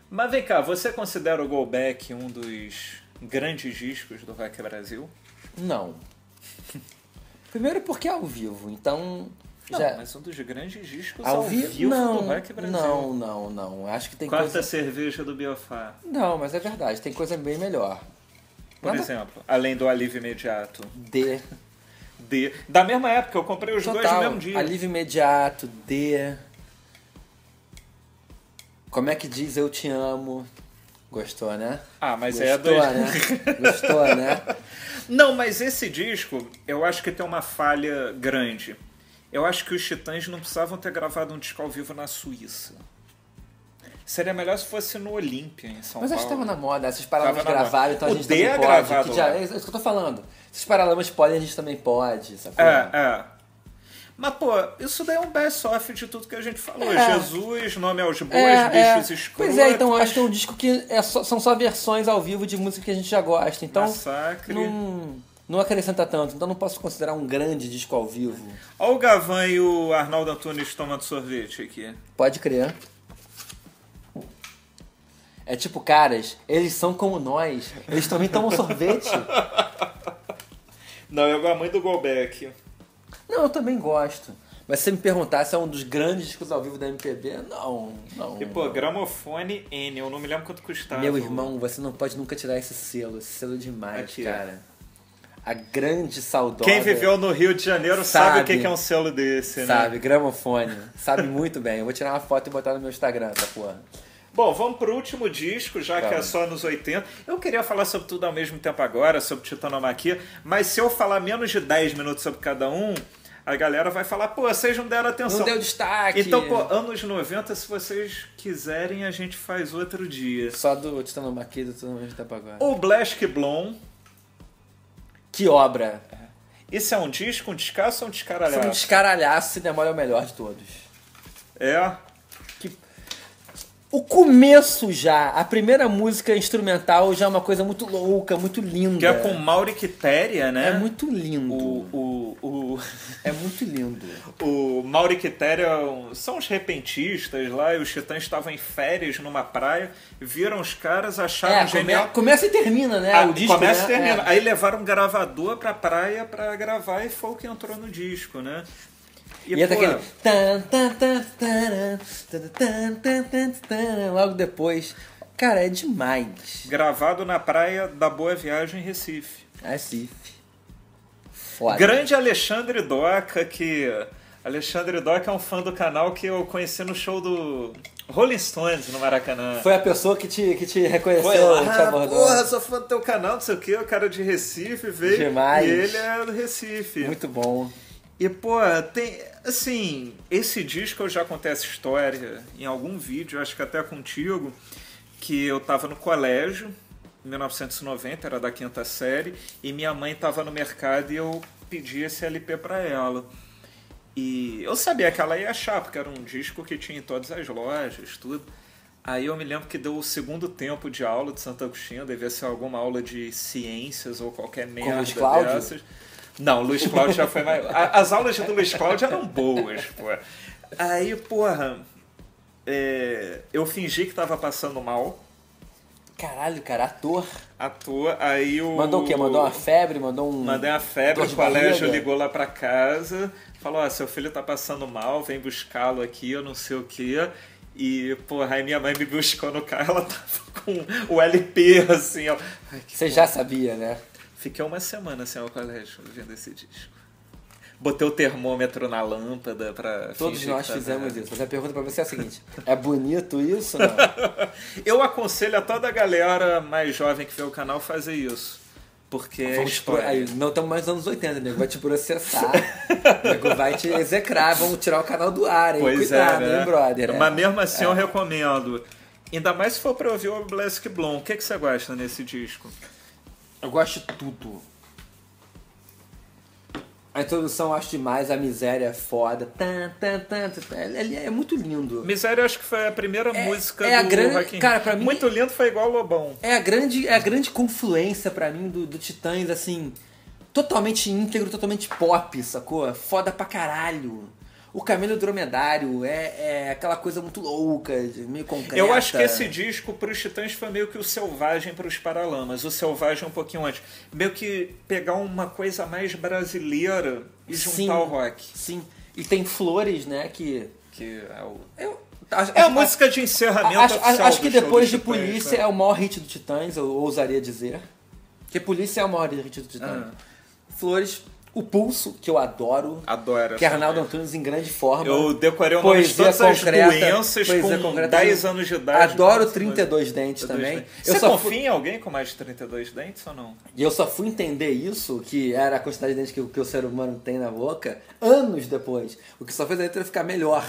S1: Mas vem cá, você considera o Go Back um dos grandes discos do Rock Brasil?
S3: Não. Primeiro porque é ao vivo, então.
S1: Não,
S3: já-
S1: mas um dos grandes discos
S3: ao
S1: ao,
S3: vi-
S1: vivo
S3: não,
S1: do Rock Brasil.
S3: Não, não, não. Acho que tem
S1: Quarta
S3: coisa.
S1: cerveja do Biofá,
S3: Não, mas é verdade, tem coisa bem melhor.
S1: por
S3: Nada-
S1: exemplo. Além do Alívio Imediato.
S3: D.
S1: De... Da mesma época, eu comprei os dois no
S3: Total.
S1: mesmo dia.
S3: Alívio imediato, D. Como é que diz eu te amo? Gostou, né?
S1: Ah, mas
S3: Gostou,
S1: é dois...
S3: né? Gostou, né?
S1: Não, mas esse disco, eu acho que tem uma falha grande. Eu acho que os Titãs não precisavam ter gravado um disco ao vivo na Suíça. Seria melhor se fosse no Olímpia, em São
S3: Mas acho
S1: Paulo.
S3: que tava na moda, essas paralamas
S1: Tava na
S3: gravaram,
S1: moda.
S3: então a
S1: O
S3: gente
S1: D
S3: também
S1: é
S3: pode.
S1: gravado
S3: que já,
S1: lá.
S3: é isso que eu tô falando. Esses paralamas podem, a gente também pode, sacou?
S1: É, é. Mas, pô, isso daí é um best-off de tudo que a gente falou.
S3: É.
S1: Jesus, nome aos bois,
S3: É,
S1: bichos
S3: é.
S1: escrotos.
S3: Pois é, então eu acho que é um disco que é só- são só versões ao vivo de música que a gente já gosta. Então
S1: Massacre.
S3: não, não acrescenta tanto. Então não posso considerar um grande disco ao vivo.
S1: Olha o Gavan e o Arnaldo Antunes tomando sorvete aqui.
S3: Pode crer. É tipo, caras, eles são como nós. Eles também tomam sorvete.
S1: Não, eu gosto muito do
S3: Hum.
S1: Golbeck.
S3: Não, eu também gosto. Mas se você me perguntar se é um dos grandes discos ao vivo da MPB, não, não.
S1: E, pô, gramofone N, eu não me lembro quanto custava.
S3: Meu irmão, você não pode nunca tirar esse selo. Esse selo é demais,
S1: Aqui, ó.
S3: cara. A grande saudosa.
S1: Quem viveu no Rio de Janeiro sabe,
S3: Sabe.
S1: o que que é um selo desse, né?
S3: Sabe, gramofone. Sabe muito bem. Eu vou tirar uma foto e botar no meu Instagram, essa porra.
S1: Bom, vamos pro último disco, já que é
S3: Vamos.
S1: só nos 80. Eu queria falar sobre tudo ao mesmo tempo agora, sobre Titanomaquia, mas se eu falar menos de 10 minutos sobre cada um, a galera vai falar, pô, vocês não deram
S3: Não
S1: atenção.
S3: deu destaque.
S1: Então, pô, anos 90, se vocês quiserem, a gente faz outro dia.
S3: Só do Titano Maquida, todo mundo tá agora.
S1: O Blask Blom,
S3: Que obra.
S1: esse é um disco, um descasso ou um
S3: Foi um
S1: descaralhado?
S3: descaralhaço, se demora é o melhor de todos. um
S1: É.
S3: O começo já, a primeira música instrumental já é uma coisa muito louca, muito linda.
S1: Que é com Mauri Quitéria, né?
S3: É muito lindo.
S1: O, o, o,
S3: É muito lindo.
S1: o Mauri Quitéria são os repentistas lá, e os titãs estavam em férias numa praia, viram os caras, acharam
S3: É,
S1: Tá, um genial.
S3: come- começa e termina, né?
S1: Ah,
S3: o disco,
S1: começa
S3: né?
S1: e termina.
S3: É.
S1: Aí levaram um gravador pra praia pra gravar e foi o que entrou no disco, né?
S3: E é entra
S1: pô,
S3: aquele. tan, tan, tan, taran, tan, tan, tan, tan, taran, Logo depois. Cara, é demais.
S1: Gravado na praia da Boa Viagem, em Recife.
S3: É Sif. Foda.
S1: Grande Alexandre Doca, que. Alexandre Doca é um fã do canal que eu conheci no show do Rolling Stones no Maracanã.
S3: Foi a pessoa que te, que te reconheceu,
S1: Foi lá,
S3: te
S1: ah,
S3: abordou.
S1: porra, sou fã do teu canal, não sei o que, o cara de Recife veio.
S3: Demais.
S1: E ele é do Recife.
S3: Muito bom.
S1: E, pô, tem. Assim, esse disco eu já contei essa história em algum vídeo, acho que até contigo, que eu tava no colégio, em 1990, era da quinta série, e minha mãe tava no mercado e eu pedi esse LP pra ela. E eu sabia que ela ia achar, porque era um disco que tinha em todas as lojas, tudo. Aí eu me lembro que deu o segundo tempo de aula de Santo Agostinho, devia ser alguma aula de ciências ou qualquer merda
S3: Luiz Cláudio?
S1: dessas. Não, Luiz Cláudio já foi mais. A- As aulas do Luiz Cláudio eram boas, pô. Aí, porra, é, eu fingi que tava passando mal,
S3: Caralho, cara, ator.
S1: à toa, aí o.
S3: Mandou o quê? Mandou uma febre? Mandou um.
S1: Mandei uma febre,
S3: Dor de
S1: o colégio
S3: barriga?
S1: ligou lá pra casa, falou, ó, seu filho tá passando mal, vem buscá-lo aqui, eu não sei o quê. E, porra, aí minha mãe me buscou no carro, ela tava com o LP, assim, ó. Ai, que-
S3: Você já sabia, né?
S1: Fiquei uma semana sem ao colégio vendo esse disco. Botei o termômetro na lâmpada pra
S3: Todos
S1: fingir que
S3: nós
S1: tava-
S3: fizemos isso. Mas a pergunta pra você é a seguinte: é bonito isso? Não.
S1: Eu aconselho a toda a galera mais jovem que vê o canal fazer isso. Porque é
S3: Vamos te pro...
S1: história.
S3: aí, não estamos mais nos anos 80, nego. Vai te processar. nego vai te execrar. Vamos tirar o canal do ar, hein?
S1: Pois
S3: Cuidado,
S1: é, né?
S3: hein, brother?
S1: Mas
S3: É.
S1: mesmo assim eu recomendo. Ainda mais se for pra ouvir o Blask Blom. O que, que você gosta nesse disco?
S3: Eu gosto de tudo. A introdução eu acho demais, a miséria é foda. Tan, tan, tan, tan, tan. Ele é muito lindo.
S1: Miséria, acho que foi a primeira
S3: É-
S1: música
S3: é a
S1: do
S3: grande-
S1: Rock in
S3: cara,
S1: Rio.
S3: pra mim-
S1: Muito lindo foi igual Lobão.
S3: É a grande, é a grande confluência pra mim do, do Titãs, assim, totalmente íntegro, totalmente pop, sacou? É Foda pra caralho. O Caminho do Dromedário é, é aquela coisa muito louca, de- meio concreta.
S1: Eu acho que
S3: né?
S1: esse disco pros Titãs foi meio que o Selvagem pros Paralamas. O Selvagem um pouquinho antes. Meio que pegar uma coisa mais brasileira e juntar
S3: Sim.
S1: o rock.
S3: Sim. E tem flores, né, que...
S1: Que é, o-
S3: Eu, acho-
S1: É a
S3: acho-
S1: música de encerramento
S3: acho,
S1: oficial
S3: acho que
S1: do show
S3: depois
S1: dos
S3: de
S1: Titãs,
S3: Polícia
S1: né?
S3: é o maior hit do Titãs, eu ousaria dizer. Porque Polícia é o maior hit do Titãs.
S1: Ah.
S3: Flores, O Pulso, que eu adoro.
S1: Adoro.
S3: Que é
S1: essa
S3: Arnaldo
S1: música.
S3: Antunes em grande forma.
S1: Ah, Eu decorei o nome de
S3: Tá Poesia
S1: todas
S3: concreta,
S1: as doenças
S3: poesia
S1: com
S3: concreta.
S1: 10 anos de idade.
S3: Adoro
S1: Nossa,
S3: 32 dentes
S1: 32
S3: também.
S1: dentes.
S3: Eu
S1: Você
S3: só,
S1: confia
S3: fui,
S1: em alguém com mais de 32 dentes ou não?
S3: e eu só fui entender isso, que era a quantidade de dentes que, o- que o ser humano tem na boca, anos depois. O que só fez a letra ficar melhor.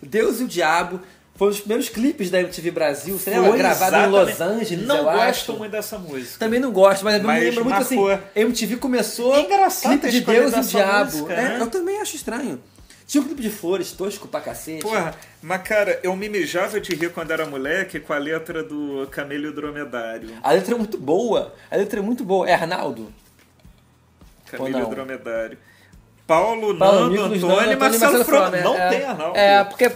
S3: Deus e o Diabo foi um dos primeiros clipes da MTV Brasil, você lembra?
S1: Foi
S3: Gravado em
S1: exatamente-
S3: Los Angeles,
S1: Não
S3: eu
S1: gosto
S3: acho.
S1: muito dessa música.
S3: Também não gosto, mas,
S1: Mas
S3: me lembra muito assim.
S1: marcou.
S3: MTV começou.
S1: É engraçado
S3: clipe
S1: a
S3: de
S1: escolha
S3: Deus e o
S1: dessa
S3: Diabo.
S1: música,
S3: É,
S1: né?
S3: Eu também acho estranho. Tinha um clipe de flores, tosco pra cacete.
S1: Porra, mas cara, eu me mijava de rir quando era moleque com a letra do Camelho Dromedário.
S3: A letra é muito boa. A letra é muito boa. É Arnaldo?
S1: Camelho
S3: não?
S1: Dromedário. Paulo,
S3: Paulo
S1: Nando,
S3: Nicolas,
S1: Antônio
S3: Nando,
S1: e Marcelo Frota. Não
S3: é,
S1: tem Arnaldo.
S3: É, porque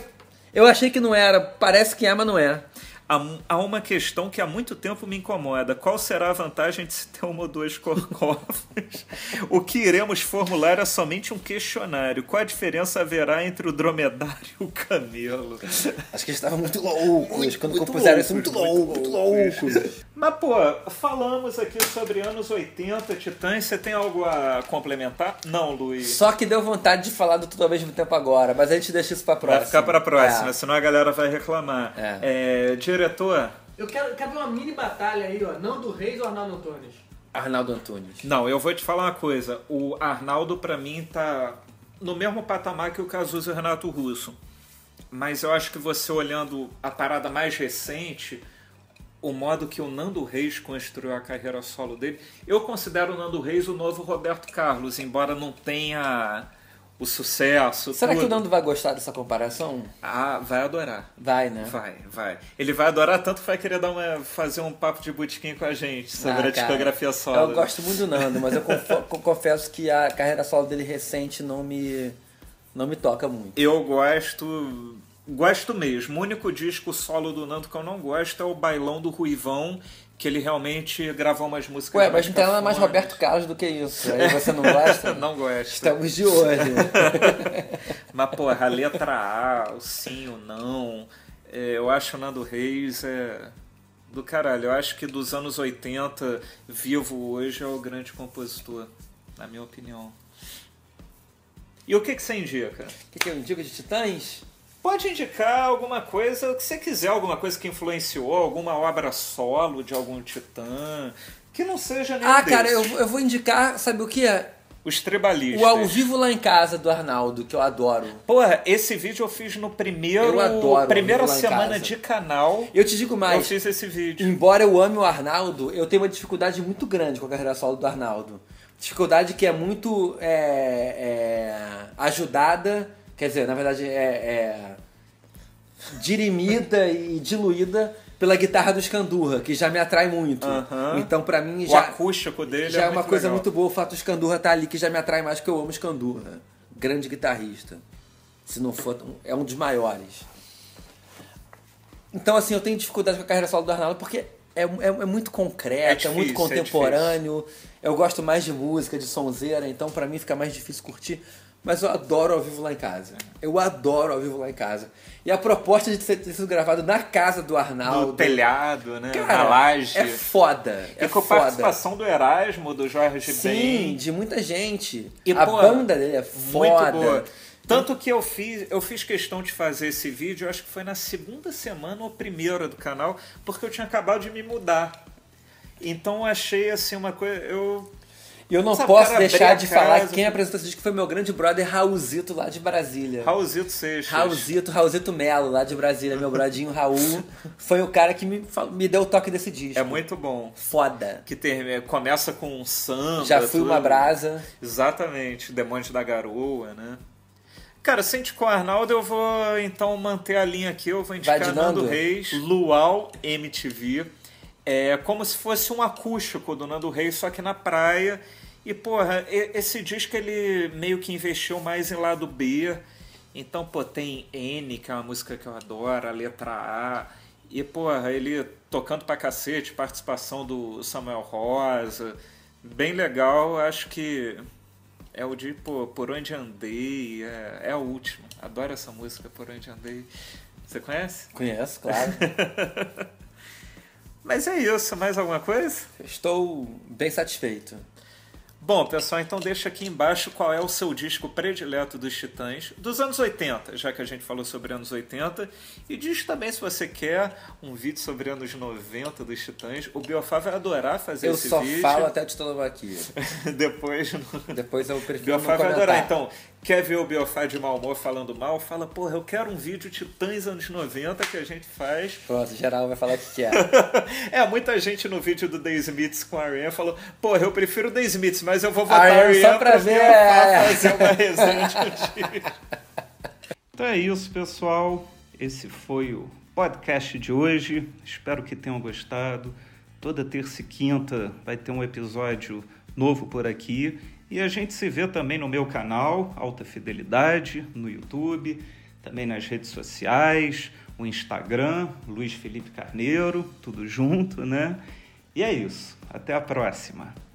S3: eu achei que não era. Parece que é, mas não é.
S1: Há, há uma questão que há muito tempo me incomoda. Qual será a vantagem de se ter uma ou duas corcovas? o que iremos formular é somente um questionário. Qual a diferença haverá entre o dromedário e o camelo?
S3: Acho que eles estavam muito loucos quando
S1: muito
S3: compuseram isso. Muito
S1: loucos,
S3: louco, muito louco.
S1: Mas, pô, falamos aqui sobre anos 80, Titãs. Você tem algo a complementar? Não, Luiz.
S3: Só que deu vontade de falar do tudo ao mesmo tempo agora, mas a gente deixa isso pra próxima.
S1: Vai ficar pra próxima,
S3: É.
S1: senão a galera vai reclamar. É, diretor?
S2: Eu quero, quero ver uma mini batalha aí, ó. Não do Reis ou Arnaldo Antunes.
S3: Arnaldo Antunes.
S1: Não, eu vou te falar uma coisa. O Arnaldo, pra mim, tá no mesmo patamar que o Cazuza e o Renato Russo. Mas eu acho que você olhando a parada mais recente, o modo que o Nando Reis construiu a carreira solo dele, eu considero o Nando Reis o novo Roberto Carlos, embora não tenha o sucesso.
S3: Será que o
S1: tudo.
S3: Nando vai gostar dessa comparação?
S1: Ah, vai adorar.
S3: Vai, né?
S1: Vai, vai. Ele vai adorar tanto que vai querer dar uma, fazer um papo de botequim com a gente
S3: Ah,
S1: sobre a
S3: cara,
S1: discografia né? solo.
S3: Eu gosto muito do Nando, mas eu confo- co- confesso que a carreira solo dele recente não me, não me toca muito.
S1: Eu gosto. Gosto mesmo. O único disco solo do Nando que eu não gosto é o Bailão do Ruivão, que ele realmente gravou umas músicas.
S3: Ué, mas não tem nada mais
S1: cafonas.
S3: Roberto Então. Carlos do que isso. Aí você não gosta?
S1: Não gosto.
S3: Estamos de olho.
S1: Mas, porra, a letra A, o sim, o não. é, eu acho o Nando Reis é. Do caralho. Eu acho que dos anos 80, vivo hoje, é o grande compositor, na minha opinião. E o que, que você indica?
S3: O que, que eu indico de Titãs?
S1: Pode indicar alguma coisa, o que você quiser, alguma coisa que influenciou, alguma obra solo de algum titã, que não seja nenhum
S3: Ah, cara, eu,
S1: desses.
S3: eu vou indicar, sabe o que é?
S1: Os tribalistas.
S3: O ao vivo lá em casa do Arnaldo, que eu adoro.
S1: Porra, esse vídeo eu fiz no primeiro...
S3: Eu adoro
S1: Primeira
S3: Ao Vivo Lá em
S1: semana
S3: Casa.
S1: de canal,
S3: Eu te digo
S1: eu
S3: mais. Hum,
S1: fiz esse vídeo.
S3: Embora eu ame o Arnaldo, eu tenho uma dificuldade muito grande com a carreira solo do Arnaldo. Dificuldade que é muito é, é, ajudada, quer dizer, na verdade é, é dirimida e diluída pela guitarra do Escandurra, que já me atrai muito.
S1: Aham.
S3: Então pra mim
S1: o
S3: já,
S1: acústico dele
S3: já é uma
S1: muito
S3: coisa
S1: legal.
S3: muito boa o fato do Escandurra estar ali, que já me atrai mais que eu amo Escandurra. Grande guitarrista. Se não for, é um dos maiores. Então, assim, eu tenho dificuldade com a carreira solo do Arnaldo porque é, é, é muito concreto, é,
S1: É difícil,
S3: muito
S1: é
S3: contemporâneo. eu gosto mais de música, de sonzeira, então pra mim fica mais difícil curtir. Mas eu adoro ao vivo lá em casa. Eu adoro ao vivo lá em casa. E a proposta de ter sido gravado na casa do Arnaldo.
S1: No telhado, né?
S3: cara,
S1: na laje.
S3: É foda.
S1: e
S3: É
S1: com a
S3: foda.
S1: participação do Erasmo, do Jorge
S3: Sim,
S1: Ben.
S3: de muita gente.
S1: E,
S3: a
S1: pô,
S3: banda dele é
S1: Muito
S3: foda.
S1: boa. Tanto que eu fiz, eu fiz questão de fazer esse vídeo, eu acho que foi na segunda semana ou primeira do canal, porque eu tinha acabado de me mudar. Então eu achei assim uma coisa. Eu.
S3: E eu não
S1: Sabe,
S3: posso
S1: cara,
S3: deixar de
S1: abrir a
S3: falar
S1: casa.
S3: quem apresentou esse disco foi meu grande brother Raulzito lá de Brasília.
S1: Raulzito Seixas.
S3: Raulzito, Raulzito Melo, lá de Brasília, meu brodinho Raul, foi o cara que me, fal- me deu o toque desse disco.
S1: É muito bom.
S3: foda.
S1: Que termina- começa com um samba.
S3: Já fui
S1: tudo.
S3: uma brasa.
S1: Exatamente, Demônio da Garoa, né? Cara, sem indicar o Arnaldo, eu vou então manter a linha aqui. Eu vou indicar
S3: Vai de
S1: Nando
S3: Nando?
S1: Reis, Luau MTV. É como se fosse um acústico do Nando Reis, só que na praia. E, porra, e- esse disco ele meio que investiu mais em lado B. Então, pô, tem N, que é uma música que eu adoro, a letra A. E, porra, ele tocando pra cacete, participação do Samuel Rosa. Bem legal, acho que é o de pô, Por Onde Andei, é, é o último. Adoro essa música, Por Onde Andei. Você conhece?
S3: Conheço, claro.
S1: Mas é isso, mais alguma coisa?
S3: Estou bem satisfeito.
S1: Bom, pessoal, então deixa aqui embaixo qual é o seu disco predileto dos Titãs dos anos 80, já que a gente falou sobre anos 80. E diz também se você quer um vídeo sobre anos 90 dos Titãs. O Biofá vai adorar fazer
S3: Eu
S1: esse
S3: só
S1: vídeo.
S3: falo até titanomaquia.
S1: Depois no-
S3: Depois eu prefiro não
S1: Biofá vai
S3: comentar.
S1: adorar. Então, quer ver o Biofá de mau humor falando mal? Fala, porra, eu quero um vídeo Titãs anos 90 que a gente faz.
S3: Pronto, geral vai falar o que que é.
S1: é, muita gente no vídeo do The Smiths com a Ariane falou, porra, eu prefiro o The Smiths, mas eu vou votar a
S3: Ariane
S1: Ariane
S3: só pra
S1: pro
S3: ver,
S1: Biofá
S3: é.
S1: fazer uma resenha de um dia. Então é isso, pessoal. Esse foi o podcast de hoje. Espero que tenham gostado. Toda terça e quinta vai ter um episódio novo por aqui. E a gente se vê também no meu canal, Alta Fidelidade, no YouTube, também nas redes sociais, o Instagram, Luiz Felipe Carneiro, tudo junto, né? E é isso. Até a próxima.